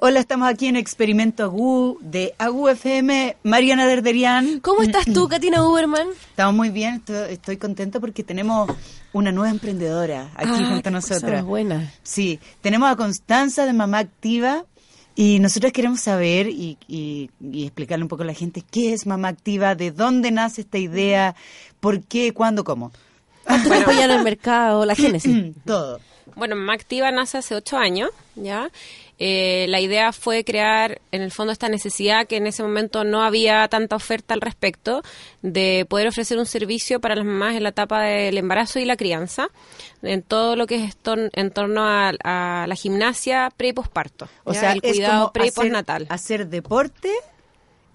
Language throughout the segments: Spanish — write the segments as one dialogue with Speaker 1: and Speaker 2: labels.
Speaker 1: Hola, estamos aquí en Experimento Agú de Agú FM. Mariana Derderian.
Speaker 2: ¿Cómo
Speaker 3: Mm,
Speaker 2: estás tú, Katina Uberman?
Speaker 1: Estamos muy bien, estoy, estoy contenta porque tenemos una nueva emprendedora aquí
Speaker 2: Ah,
Speaker 1: junto
Speaker 2: qué
Speaker 1: a
Speaker 2: cosa
Speaker 1: nosotras.
Speaker 2: buena.
Speaker 1: Sí, tenemos a Constanza de Mamá Activa y nosotros queremos saber y, y- y explicarle un poco a la gente qué es Mamá Activa, de dónde nace esta idea, por qué, cuándo, cómo.
Speaker 2: ¿Cuánto tiempo ya en el mercado?
Speaker 3: Mm,
Speaker 2: La génesis.
Speaker 1: Todo.
Speaker 3: Bueno, Mamá Activa nace hace ocho años, ¿ya? Eh, la idea fue crear, en el fondo, esta necesidad que en ese momento no había tanta oferta al respecto, de poder ofrecer un servicio para las mamás en la etapa del embarazo y la crianza, en todo lo que es esto, en torno a, a la gimnasia pre y posparto,
Speaker 1: O
Speaker 3: ¿ya?
Speaker 1: sea,
Speaker 3: el
Speaker 1: es
Speaker 3: cuidado
Speaker 1: como
Speaker 3: pre y
Speaker 1: hacer-
Speaker 3: postnatal.
Speaker 1: Hacer deporte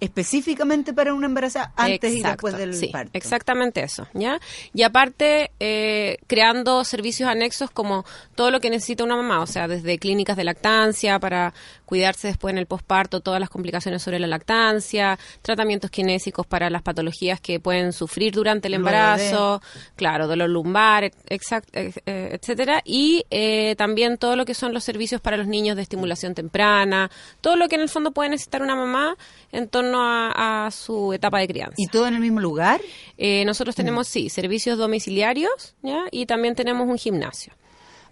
Speaker 1: específicamente para una embarazada antes y
Speaker 3: Exacto,
Speaker 1: después del
Speaker 3: sí,
Speaker 1: parto.
Speaker 3: Exactamente eso, ¿ya? Y aparte, eh, creando servicios anexos como todo lo que necesita una mamá, o sea, desde clínicas de lactancia para cuidarse después en el posparto, todas las complicaciones sobre la lactancia, tratamientos kinésicos para las patologías que pueden sufrir durante el
Speaker 1: Luego
Speaker 3: embarazo, claro, dolor lumbar, et- exact- eh, eh, etcétera, y eh, también todo lo que son los servicios para los niños de estimulación temprana, todo lo que en el fondo puede necesitar una mamá en torno a, a su etapa de crianza.
Speaker 1: ¿Y todo en el mismo lugar?
Speaker 3: Eh, nosotros tenemos, sí, servicios domiciliarios ¿ya? y también tenemos un gimnasio.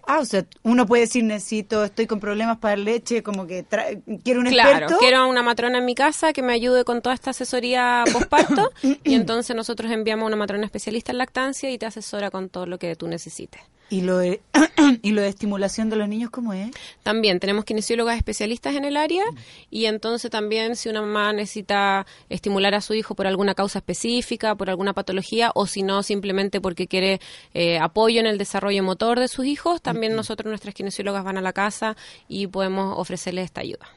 Speaker 1: Ah, o sea, uno puede decir, necesito, estoy con problemas para leche, como que tra- quiero un
Speaker 3: Claro,
Speaker 1: experto.
Speaker 3: quiero a una matrona en mi casa que me ayude con toda esta asesoría posparto y entonces nosotros enviamos a una matrona especialista en lactancia y te asesora con todo lo que tú necesites.
Speaker 1: ¿Y lo, de, ¿Y lo de estimulación de los niños cómo es?
Speaker 3: También tenemos kinesiólogas especialistas en el área y entonces también si una mamá necesita estimular a su hijo por alguna causa específica, por alguna patología o si no simplemente porque quiere eh, apoyo en el desarrollo motor de sus hijos, también nosotros nuestras kinesiólogas van a la casa y podemos ofrecerles esta ayuda.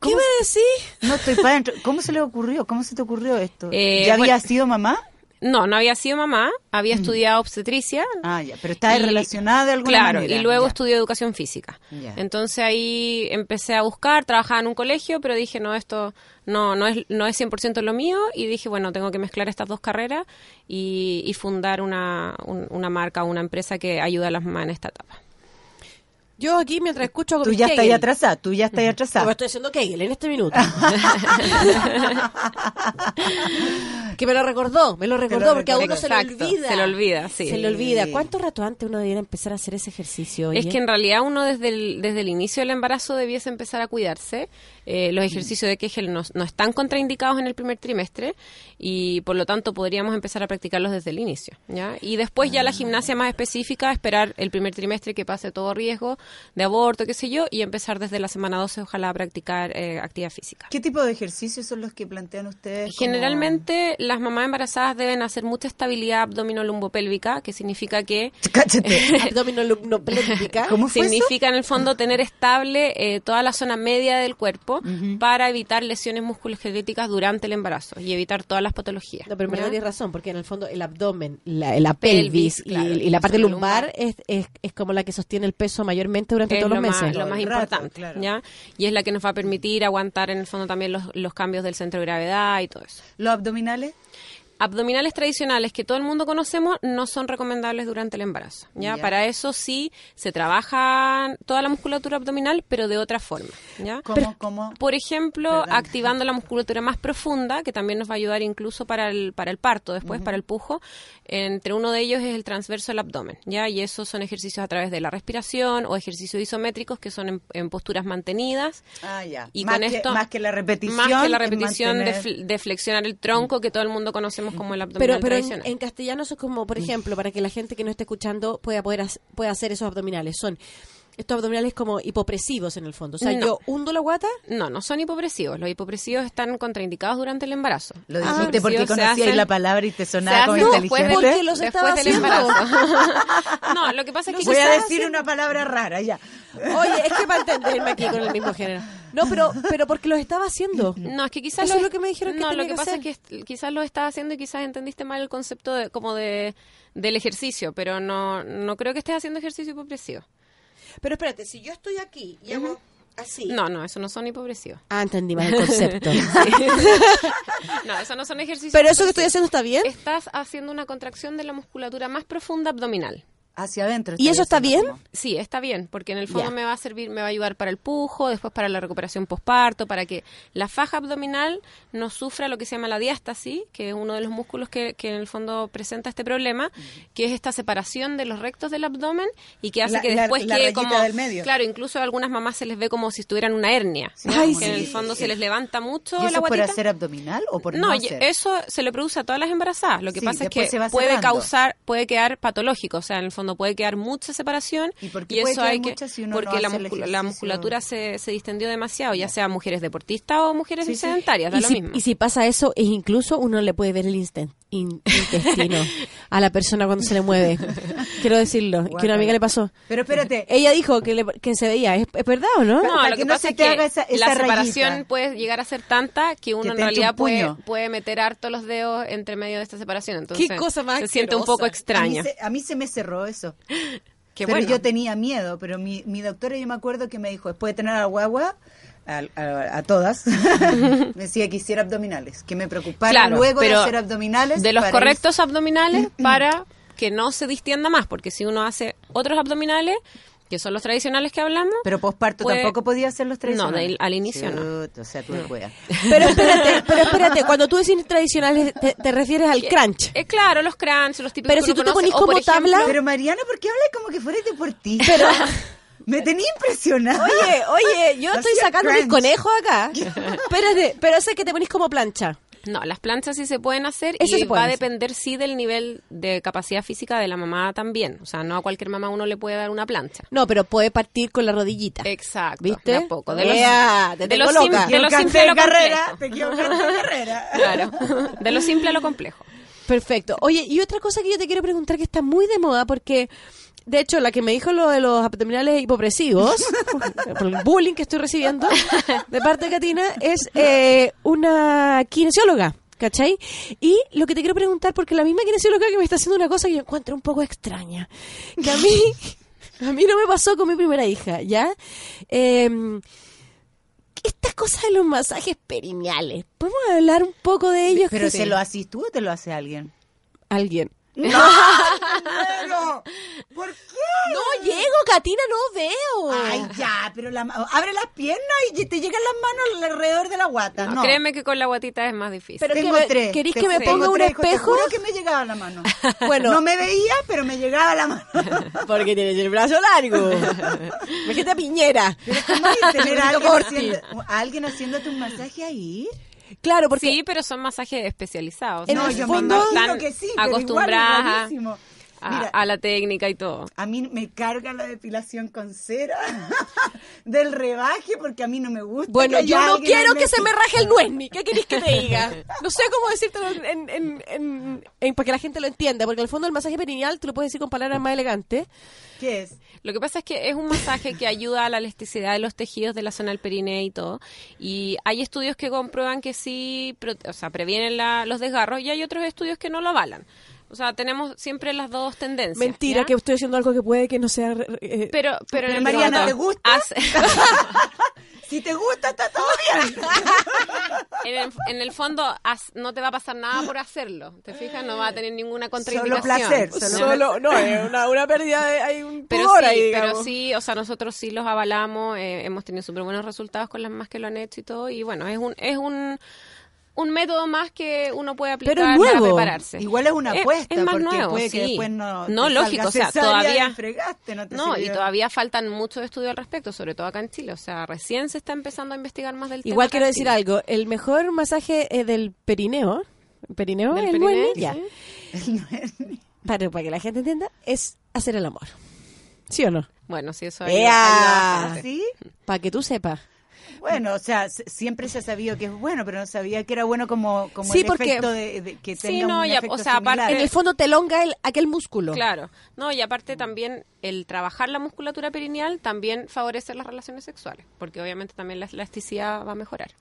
Speaker 2: ¿Qué me decís?
Speaker 1: No, estoy para adentro. ¿Cómo se le ocurrió? ¿Cómo se te ocurrió esto?
Speaker 3: Eh,
Speaker 1: ¿Ya había
Speaker 3: bueno.
Speaker 1: sido mamá?
Speaker 3: No, no había sido mamá, había estudiado obstetricia.
Speaker 1: Ah, ya, pero está
Speaker 3: Y-
Speaker 1: relacionada de alguna
Speaker 3: claro,
Speaker 1: manera.
Speaker 3: y luego
Speaker 1: ya.
Speaker 3: estudié educación física.
Speaker 1: Ya.
Speaker 3: Entonces ahí empecé a buscar, trabajaba en un colegio, pero dije, no, esto no, no, es, no es 100% lo mío. Y dije, bueno, tengo que mezclar estas dos carreras y, y fundar una, un- una marca, una empresa que ayude a las mamás en esta etapa.
Speaker 2: Yo aquí mientras escucho a
Speaker 1: Tú ya estás ahí
Speaker 2: Kegel.
Speaker 1: atrasada, tú ya estás ahí
Speaker 2: Como
Speaker 1: atrasada.
Speaker 2: estoy haciendo Kegel en este minuto. que me lo recordó, me lo recordó,
Speaker 1: lo
Speaker 2: porque a uno
Speaker 1: recordó.
Speaker 2: se le
Speaker 3: Exacto,
Speaker 2: olvida.
Speaker 3: se le olvida, sí.
Speaker 2: Se le olvida.
Speaker 1: Sí.
Speaker 2: ¿Cuánto rato antes uno debiera empezar a hacer ese ejercicio? oye?
Speaker 3: Es que en realidad uno desde el, desde el inicio del embarazo debiese empezar a cuidarse. Eh, los ejercicios de Kegel no, no están contraindicados en el primer trimestre y por lo tanto podríamos empezar a practicarlos desde el inicio. ¿ya? Y después ya la gimnasia más específica, esperar el primer trimestre que pase todo riesgo de aborto, qué sé yo, y empezar desde la semana 12 ojalá a practicar eh, actividad física.
Speaker 1: ¿Qué tipo de ejercicios son los que plantean ustedes? como-
Speaker 3: Generalmente las mamás embarazadas deben hacer mucha estabilidad abdominolumbopélvica, que significa que
Speaker 1: Cáchate.
Speaker 2: Abdominal lumnopélvica.
Speaker 1: ¿Cómo fue eso?
Speaker 3: significa en el fondo tener estable eh, toda la zona media del cuerpo para evitar lesiones musculoesqueléticas durante el embarazo y evitar todas las patologías.
Speaker 2: No, pero en
Speaker 3: ¿ya?
Speaker 2: verdad tienes razón, porque en el fondo el abdomen, la, la pelvis,
Speaker 3: Pelvis,
Speaker 2: y-
Speaker 3: claro,
Speaker 2: y, la parte
Speaker 3: el
Speaker 2: lumbar
Speaker 3: lumbar.
Speaker 2: es, es, es como la que sostiene el peso mayormente durante
Speaker 3: es
Speaker 2: todos
Speaker 3: lo
Speaker 2: los meses.
Speaker 3: más, lo
Speaker 1: Todo
Speaker 3: más
Speaker 1: el rato,
Speaker 3: importante,
Speaker 1: claro.
Speaker 3: ¿ya? Y es la que nos va a permitir aguantar en el fondo también los, los cambios del centro de gravedad y todo eso.
Speaker 1: ¿Los abdominales?
Speaker 3: Abdominales tradicionales que todo el mundo conocemos no son recomendables durante el embarazo, ¿ya?
Speaker 1: Ya.
Speaker 3: Para eso sí se trabaja toda la musculatura abdominal, pero de otra forma, ¿ya?
Speaker 1: ¿Cómo, cómo?
Speaker 3: Por ejemplo,
Speaker 1: Perdón.
Speaker 3: activando la musculatura más profunda, que también nos va a ayudar incluso para el, para el parto, después para el pujo. Entre uno de ellos es el transverso del abdomen, ¿ya? Y esos son ejercicios a través de la respiración o ejercicios isométricos que son en, en posturas mantenidas.
Speaker 1: Ah, ya.
Speaker 3: Y
Speaker 1: más,
Speaker 3: con
Speaker 1: que,
Speaker 3: esto,
Speaker 1: más que la repetición.
Speaker 3: Más que la
Speaker 1: es
Speaker 3: repetición
Speaker 1: mantener-
Speaker 3: de, fl- de flexionar el tronco que todo el mundo conocemos como el abdomen
Speaker 2: Pero, pero en,
Speaker 3: tradicional.
Speaker 2: en castellano eso es como,
Speaker 3: Mm.
Speaker 2: por ejemplo, para que la gente que no esté escuchando pueda poder hac- pueda hacer esos abdominales. Son estos abdominales como hipopresivos en el fondo. O sea,
Speaker 3: No.
Speaker 2: yo hundo la guata.
Speaker 3: No, no son hipopresivos. Los hipopresivos están contraindicados durante el embarazo.
Speaker 1: Lo
Speaker 3: Los
Speaker 1: dijiste porque
Speaker 3: hipopresivos se
Speaker 1: conocías
Speaker 3: hacen-
Speaker 1: la palabra y te
Speaker 3: se
Speaker 1: sonaba como
Speaker 3: hacen
Speaker 1: inteligente.
Speaker 3: después
Speaker 2: Porque los estaba
Speaker 3: después del
Speaker 2: haciendo.
Speaker 3: embarazo. no, lo que pasa es que
Speaker 1: Voy a
Speaker 3: quizás-
Speaker 1: decir una palabra rara, ya.
Speaker 2: Oye, es que para entenderme aquí con el mismo género. No, pero, pero porque los estaba haciendo.
Speaker 3: No, es que quizás
Speaker 2: Eso es lo que me dijeron que
Speaker 3: No,
Speaker 2: tenía
Speaker 3: lo que
Speaker 2: que
Speaker 3: pasa
Speaker 2: hacer.
Speaker 3: es que est- quizás lo estás haciendo y quizás entendiste mal el concepto de, como de del ejercicio, pero no no creo que estés haciendo ejercicio hipopresivo.
Speaker 2: Pero espérate, si yo estoy aquí y hago así.
Speaker 3: No, no, eso no son hipopresivos.
Speaker 2: Ah, entendí mal el concepto.
Speaker 3: No, eso no son ejercicios.
Speaker 2: pero eso que estoy
Speaker 3: hipopresivos.
Speaker 2: haciendo está bien.
Speaker 3: estás haciendo una contracción de la musculatura más profunda abdominal.
Speaker 1: hacia adentro.
Speaker 2: ¿Y eso está bien?
Speaker 3: Sí, está bien, porque en el fondo
Speaker 2: Ya.
Speaker 3: me va a servir, me va a ayudar para el pujo, después para la recuperación posparto, para que la faja abdominal no sufra lo que se llama la diástasis, que es uno de los músculos que, que en el fondo presenta este problema, que es esta separación de los rectos del abdomen y que hace
Speaker 1: La-
Speaker 3: que
Speaker 1: la-
Speaker 3: después
Speaker 1: la
Speaker 3: quede
Speaker 1: rayita
Speaker 3: como...
Speaker 1: del medio.
Speaker 3: Claro, incluso a algunas mamás se les ve como si tuvieran una hernia, ¿no?
Speaker 1: Ay,
Speaker 3: que en
Speaker 1: sí.
Speaker 3: el fondo se les levanta mucho
Speaker 1: ¿Y
Speaker 3: la
Speaker 1: eso por
Speaker 3: guatita.
Speaker 1: hacer abdominal o por no,
Speaker 3: No, y
Speaker 1: hacer?
Speaker 3: eso se le produce a todas las embarazadas. Lo que
Speaker 1: Sí,
Speaker 3: pasa es
Speaker 1: después
Speaker 3: que
Speaker 1: se va
Speaker 3: puede
Speaker 1: cerrando.
Speaker 3: causar, puede quedar patológico, o sea, en el fondo puede quedar mucha separación
Speaker 1: ¿Y
Speaker 3: y,
Speaker 1: por qué puede
Speaker 3: eso
Speaker 1: quedar
Speaker 3: hay que
Speaker 1: mucha si uno no
Speaker 3: porque la,
Speaker 1: hace el
Speaker 3: muscul- la
Speaker 1: ejercicio?
Speaker 3: musculatura se, se distendió demasiado, ya sea mujeres deportistas o mujeres
Speaker 1: Sí, sí.
Speaker 3: sedentarias, da
Speaker 2: Y
Speaker 3: lo
Speaker 2: si,
Speaker 3: mismo.
Speaker 2: y si pasa eso, es incluso uno le puede ver el insten- in- intestino a la persona cuando se le mueve. Quiero decirlo, que una amiga le pasó.
Speaker 1: Pero espérate,
Speaker 2: Ella dijo que, le- que se veía, ¿Es, es verdad o no?
Speaker 3: No,
Speaker 1: para
Speaker 3: lo
Speaker 1: que
Speaker 3: que,
Speaker 1: no se
Speaker 3: pasa es
Speaker 1: te
Speaker 3: que
Speaker 1: haga esa- esa
Speaker 3: la separación
Speaker 1: rayita.
Speaker 3: puede llegar a ser tanta que uno
Speaker 1: Que
Speaker 3: en
Speaker 1: te entre un
Speaker 3: realidad puede,
Speaker 1: puño.
Speaker 3: puede meter harto los dedos entre medio de esta separación. Entonces,
Speaker 2: cosa más
Speaker 3: se siente un
Speaker 2: asquerosa.
Speaker 3: poco
Speaker 1: a mí,
Speaker 3: extraño.
Speaker 1: se, a mí se me cerró eso.
Speaker 3: Qué
Speaker 1: pero
Speaker 3: bueno.
Speaker 1: yo tenía miedo, pero mi, mi doctora yo me acuerdo que me dijo, después de tener a la guagua, a, a- a todas, me decía que hiciera abdominales, que me preocupara
Speaker 3: Claro,
Speaker 1: luego de
Speaker 3: pero
Speaker 1: hacer abdominales.
Speaker 3: De los
Speaker 1: para
Speaker 3: correctos abdominales para que no se distienda más, porque si uno hace otros abdominales, que son los tradicionales que hablamos,
Speaker 1: ir- pero posparto
Speaker 3: Puede-
Speaker 1: tampoco podía hacer los tres.
Speaker 3: No, de- al inicio no.
Speaker 1: O sea, tú de wea.
Speaker 2: Pero espérate, pero espérate, cuando tú decís tradicionales, te, te refieres al crunch.
Speaker 3: es eh, claro, los crunch, los típicos
Speaker 2: Pero
Speaker 3: que
Speaker 2: si
Speaker 3: uno
Speaker 2: tú te
Speaker 3: conoce,
Speaker 2: ponís
Speaker 3: o,
Speaker 2: como
Speaker 3: por ejemplo,
Speaker 2: tabla-
Speaker 1: Pero Mariana, ¿por qué hablas como que fueras deportista? me tenía impresionada.
Speaker 2: Oye, oye, yo
Speaker 1: No
Speaker 2: estoy
Speaker 1: hacía
Speaker 2: sacando mis
Speaker 1: crunch.
Speaker 2: conejos acá. Espérate, pero sé que te ponís como plancha.
Speaker 3: No, las planchas sí se pueden hacer
Speaker 2: Eso
Speaker 3: y
Speaker 2: se puede
Speaker 3: va a
Speaker 2: hacer.
Speaker 3: depender sí del nivel de capacidad física de la mamá también. O sea, no a cualquier mamá uno le puede dar una plancha.
Speaker 2: No, pero puede partir con la rodillita.
Speaker 3: Exacto,
Speaker 2: ¿Viste?
Speaker 3: de a poco. De los,
Speaker 2: Ea, te
Speaker 3: de
Speaker 2: tengo
Speaker 3: los sim-
Speaker 2: loca.
Speaker 3: de lo
Speaker 1: Equivocaste
Speaker 3: simple a
Speaker 1: de
Speaker 3: lo
Speaker 1: carrera, te
Speaker 3: complejo.
Speaker 1: equivocaste de carrera.
Speaker 3: Claro, de lo simple a lo complejo.
Speaker 2: Perfecto. Oye, y otra cosa que yo te quiero preguntar que está muy de moda porque, de hecho, la que me dijo lo de los abdominales hipopresivos, por el bullying que estoy recibiendo de parte de Katina, es eh, una kinesióloga. ¿Cachai? Y lo que te quiero preguntar, porque la misma kinesióloga que me está haciendo una cosa que yo encuentro un poco extraña, que a mí, a mí no me pasó con mi primera hija, ¿ya? Em, esta cosa de los masajes perineales, ¿podemos hablar un poco de ellos?
Speaker 1: Pero
Speaker 2: Creo
Speaker 1: ¿se
Speaker 2: que-
Speaker 1: lo haces tú o te lo hace alguien?
Speaker 2: Alguien.
Speaker 1: Pero, ¿por qué?
Speaker 2: No llego, Katina, no veo.
Speaker 1: Ay, ya, pero la, ma- abre las piernas y te llegan las manos alrededor de la guata. No,
Speaker 3: No, Créeme que con la guatita es más difícil.
Speaker 2: Pero
Speaker 1: tengo
Speaker 2: que me-
Speaker 1: tres.
Speaker 2: ¿querís
Speaker 1: Te
Speaker 2: que me
Speaker 1: juro,
Speaker 2: ponga
Speaker 1: tengo
Speaker 2: un
Speaker 1: tres, hijo, te
Speaker 2: espejo?
Speaker 1: juro que me llegaba la mano.
Speaker 2: Bueno.
Speaker 1: No me veía, pero me llegaba la mano.
Speaker 2: Porque tienes el brazo largo. Imagínate a Piñera.
Speaker 1: Pero ¿cómo hay que tener a
Speaker 2: Benito
Speaker 1: alguien,
Speaker 2: Corti.
Speaker 1: haciendo, a alguien haciéndote un masaje ahí?
Speaker 2: Claro, porque
Speaker 3: Sí, pero son masajes especializados.
Speaker 2: En
Speaker 3: o sea,
Speaker 1: no,
Speaker 2: el
Speaker 1: yo me
Speaker 2: fondo-
Speaker 1: imagino
Speaker 3: están
Speaker 1: que sí, pero igual es
Speaker 3: acostumbradas
Speaker 1: rarísimo.
Speaker 3: a,
Speaker 1: Mira,
Speaker 3: a la técnica y todo.
Speaker 1: A mí me carga la depilación con cera del rebaje porque a mí no me gusta.
Speaker 2: Bueno,
Speaker 1: que
Speaker 2: yo
Speaker 1: haya
Speaker 2: no
Speaker 1: alguien
Speaker 2: quiero
Speaker 1: ahí
Speaker 2: que se me
Speaker 1: metido.
Speaker 2: raje el nuezni. ¿Qué querés que te diga? No sé cómo decírtelo en, en, en- en- para que la gente lo entienda. Porque en el fondo el masaje perineal tú lo puedes decir con palabras más elegantes.
Speaker 1: ¿Qué es?
Speaker 3: Lo que pasa es que es un masaje que ayuda a la elasticidad de los tejidos de la zona del perineo y todo. Y hay estudios que comprueban que sí, pro- o sea, previenen la- los desgarros y hay otros estudios que no lo avalan. O sea, tenemos siempre las dos tendencias.
Speaker 2: Mentira,
Speaker 3: ¿ya?
Speaker 2: que estoy haciendo algo que puede que no sea... eh,
Speaker 3: Pero, pero, en
Speaker 1: Pero
Speaker 3: el
Speaker 1: Mariana,
Speaker 3: fondo,
Speaker 1: ¿te gusta?
Speaker 3: hace-
Speaker 1: Si te gusta, está todo bien.
Speaker 3: en, el, en el fondo haz- no te va a pasar nada por hacerlo. ¿Te fijas? No va a tener ninguna contraindicación.
Speaker 1: placer,
Speaker 3: ¿ya?
Speaker 2: solo, no, es una, una pérdida de... Hay un
Speaker 3: Pero
Speaker 2: pudor
Speaker 3: sí,
Speaker 2: ahí,
Speaker 3: pero
Speaker 2: digamos.
Speaker 3: sí, o sea, nosotros sí los avalamos, eh, hemos tenido súper buenos resultados con las más que lo han hecho y todo, y bueno, es un es un, un método más que uno puede aplicar
Speaker 2: Pero es nuevo.
Speaker 3: para prepararse.
Speaker 1: Igual es una
Speaker 3: Es-
Speaker 1: apuesta,
Speaker 3: es más
Speaker 1: porque
Speaker 3: nuevo,
Speaker 1: puede que
Speaker 3: sí.
Speaker 1: después no.
Speaker 3: No,
Speaker 1: te
Speaker 3: lógico,
Speaker 1: salga
Speaker 3: o sea,
Speaker 1: cesárea y
Speaker 3: todavía-
Speaker 1: fregaste, no, te
Speaker 3: No, y
Speaker 2: eh.
Speaker 1: sirvió.
Speaker 3: todavía faltan muchos estudios al respecto, sobre todo acá en Chile, o sea, recién se está empezando a investigar más del tema.
Speaker 2: Igual
Speaker 3: acá
Speaker 2: quiero
Speaker 3: en
Speaker 2: decir
Speaker 3: Chile.
Speaker 2: algo, el mejor masaje eh, del perineo, perineo,
Speaker 3: Del
Speaker 2: el
Speaker 3: perineo,
Speaker 2: nuevo
Speaker 3: sí.
Speaker 2: ya, para, para que la gente entienda, es hacer el amor. ¿Sí o no?
Speaker 3: Bueno, sí, eso ayuda- ayuda
Speaker 2: ¡Ea!
Speaker 1: ¿Ah,
Speaker 3: bastante.
Speaker 1: sí?
Speaker 2: Para que tú sepas.
Speaker 1: Bueno, o sea, s- siempre se ha sabido que es bueno, pero no sabía que era bueno como, como
Speaker 2: Sí,
Speaker 1: el
Speaker 2: porque-
Speaker 1: efecto de, de- que
Speaker 3: Sí,
Speaker 1: tenga
Speaker 3: no,
Speaker 1: un
Speaker 3: ya,
Speaker 1: efecto
Speaker 3: o sea, aparte-
Speaker 1: similar.
Speaker 2: En el fondo te elonga el, aquel músculo.
Speaker 3: Claro, no, y aparte también el trabajar la musculatura perineal también favorece las relaciones sexuales, porque obviamente también la elasticidad va a mejorar.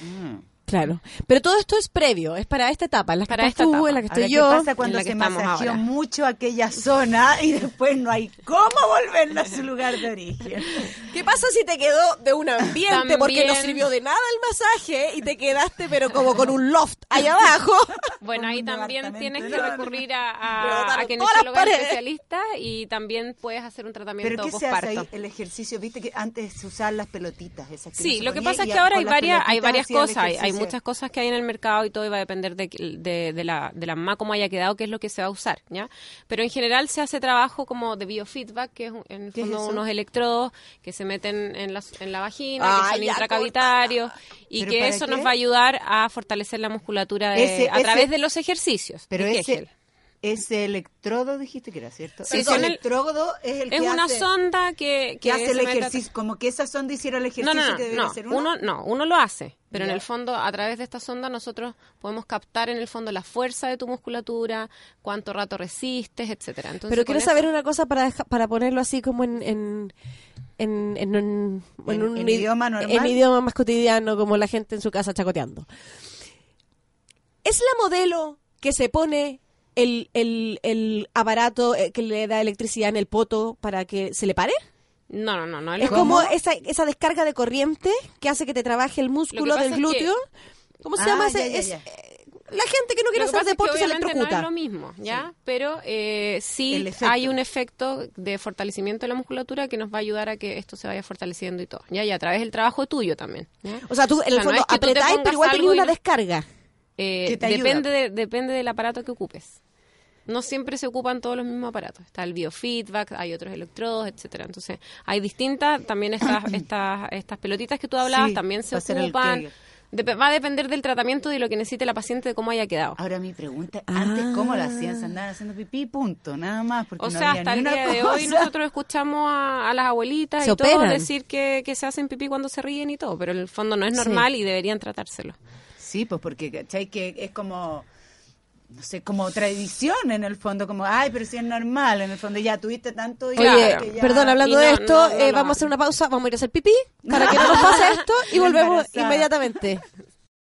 Speaker 1: Mm.
Speaker 2: Claro. Pero todo esto es previo, es para esta etapa, en la que
Speaker 3: Para
Speaker 2: estás
Speaker 3: esta
Speaker 2: tú,
Speaker 3: etapa.
Speaker 2: en la que
Speaker 1: Ahora,
Speaker 2: estoy
Speaker 1: ¿qué
Speaker 2: yo.
Speaker 1: pasa cuando
Speaker 3: en la
Speaker 1: se
Speaker 3: que estamos
Speaker 1: masajeó
Speaker 3: ahora?
Speaker 1: mucho aquella zona y después no hay cómo volverla a su lugar de origen?
Speaker 2: ¿Qué pasa si te quedó de un ambiente
Speaker 3: También.
Speaker 2: porque no sirvió de nada el masaje y te quedaste pero como con un loft ahí abajo?
Speaker 3: Bueno, ahí también
Speaker 1: departamento
Speaker 3: tienes que
Speaker 1: enorme.
Speaker 3: recurrir a,
Speaker 2: Pero botaron
Speaker 3: a, a
Speaker 2: todas las
Speaker 3: kinesióloga
Speaker 2: paredes.
Speaker 3: especialista y también puedes hacer un tratamiento
Speaker 1: ¿Pero qué se hace
Speaker 3: postparto.
Speaker 1: ahí? El ejercicio, viste que antes se usaban las pelotitas esas que uno
Speaker 3: Sí,
Speaker 1: se
Speaker 3: lo que
Speaker 1: ponía
Speaker 3: pasa es
Speaker 1: y
Speaker 3: que ahora
Speaker 1: con
Speaker 3: hay
Speaker 1: las
Speaker 3: varias, hay
Speaker 1: pelotitas
Speaker 3: varias
Speaker 1: hacían
Speaker 3: cosas, hay, hay
Speaker 1: ejercicio.
Speaker 3: muchas cosas que hay en el mercado y todo va a depender de, de, de la, de la mamá cómo haya quedado, qué es lo que se va a usar, ¿ya? Pero en general se hace trabajo como de biofeedback, que es un- en el
Speaker 1: ¿Qué es
Speaker 3: fondo
Speaker 1: eso?
Speaker 3: unos electrodos que se meten en la, en la
Speaker 1: Ah,
Speaker 3: vagina,
Speaker 2: Ay,
Speaker 3: que son
Speaker 2: ya,
Speaker 3: intracavitarios y
Speaker 1: ¿Pero
Speaker 3: que
Speaker 1: para
Speaker 3: eso
Speaker 1: qué?
Speaker 3: nos va a ayudar a fortalecer la musculatura de-
Speaker 1: Ese-
Speaker 3: a
Speaker 1: ese-
Speaker 3: través de los ejercicios.
Speaker 1: Pero
Speaker 3: de
Speaker 1: ese,
Speaker 3: Kegel.
Speaker 1: ese electrodo dijiste que era, ¿cierto?
Speaker 3: Sí,
Speaker 1: Ese
Speaker 3: son el-
Speaker 1: electrodo es el
Speaker 3: es
Speaker 1: que
Speaker 3: una
Speaker 1: hace,
Speaker 3: sonda que,
Speaker 1: que hace
Speaker 3: se
Speaker 1: el
Speaker 3: mete a-
Speaker 1: ejercicio, como que esa sonda hiciera el ejercicio
Speaker 3: No, no, no,
Speaker 1: que debería
Speaker 3: no.
Speaker 1: hacer uno.
Speaker 3: Uno, no, uno lo hace, pero
Speaker 1: Ya.
Speaker 3: en el fondo a través de esta sonda nosotros podemos captar en el fondo la fuerza de tu musculatura, cuánto rato resistes, etcétera. Entonces,
Speaker 2: Pero quiero
Speaker 3: con
Speaker 2: saber una cosa para, deja- para ponerlo así como en, en, en, en un,
Speaker 1: En-
Speaker 2: un
Speaker 1: en
Speaker 2: i-
Speaker 1: idioma normal.
Speaker 2: en idioma más cotidiano, como la gente en su casa chacoteando. ¿Es la modelo que se pone el, el, el aparato eh, que le da electricidad en el poto para que se le pare?
Speaker 3: eso- No, no, no, no.
Speaker 2: Es
Speaker 3: lo-
Speaker 2: como esa, esa descarga de corriente que hace que te trabaje el
Speaker 3: Lo que
Speaker 2: músculo
Speaker 3: pasa
Speaker 2: del
Speaker 3: es que-
Speaker 2: glúteo. ¿Cómo se
Speaker 1: Ah,
Speaker 2: llama?
Speaker 1: ya,
Speaker 2: ese?
Speaker 1: ya,
Speaker 2: Es,
Speaker 1: ya.
Speaker 2: eh, la gente que no quiere
Speaker 3: lo
Speaker 2: hacer
Speaker 3: que pasa es
Speaker 2: deporte
Speaker 3: que
Speaker 2: se
Speaker 3: obviamente
Speaker 2: electrocuta.
Speaker 3: No es lo mismo, ¿ya? Pero eh,
Speaker 1: El
Speaker 3: sí
Speaker 1: efecto.
Speaker 3: hay un efecto de fortalecimiento de la musculatura que nos va a ayudar a que esto se vaya fortaleciendo y todo, ¿ya? Y a través del trabajo tuyo también, ¿ya?
Speaker 2: O sea, tú en el
Speaker 3: O sea, no
Speaker 2: fondo
Speaker 3: es que tú te
Speaker 2: apretáis, pero
Speaker 3: pongas
Speaker 2: igual tenés
Speaker 3: algo y
Speaker 2: una
Speaker 3: no-
Speaker 2: descarga.
Speaker 3: Eh,
Speaker 1: ¿Qué te ayuda?
Speaker 3: depende, de- depende del aparato que ocupes. No siempre se ocupan todos los mismos aparatos. Está el biofeedback, hay otros electrodos, etcétera. Entonces, hay distintas, también estas, estas, estas pelotitas que tú hablabas
Speaker 1: Sí,
Speaker 3: también se
Speaker 1: va a ser el
Speaker 3: ocupan.
Speaker 1: Kegel.
Speaker 3: Dep- va a depender del tratamiento y de lo que necesite la paciente, de cómo haya quedado.
Speaker 1: Ahora mi pregunta, antes cómo lo hacían, se andaban haciendo pipí, punto, nada más, porque
Speaker 3: O
Speaker 1: no
Speaker 3: sea,
Speaker 1: había
Speaker 3: hasta
Speaker 1: ni
Speaker 3: el
Speaker 1: una
Speaker 3: día de
Speaker 1: cosa.
Speaker 3: hoy nosotros escuchamos a, a las abuelitas
Speaker 2: Se
Speaker 3: y todo
Speaker 2: operan.
Speaker 3: decir que, que se hacen pipí cuando se ríen y todo, pero en el fondo no es
Speaker 2: Sí.
Speaker 3: normal y deberían tratárselo.
Speaker 1: Sí, pues porque, ¿cachai? Que es como, no sé, como tradición en el fondo, como, ay, pero si es normal, en el fondo ya tuviste tanto... día
Speaker 3: Claro.
Speaker 1: que
Speaker 2: Oye,
Speaker 1: ya-
Speaker 2: perdón, hablando
Speaker 3: Y
Speaker 2: de
Speaker 3: no,
Speaker 2: esto,
Speaker 3: no, no
Speaker 2: eh,
Speaker 3: lo
Speaker 2: vamos a hacer
Speaker 3: hagan.
Speaker 2: una pausa, vamos a ir a hacer pipí para que no nos pase esto y
Speaker 1: La
Speaker 2: volvemos
Speaker 1: embarazada.
Speaker 2: inmediatamente.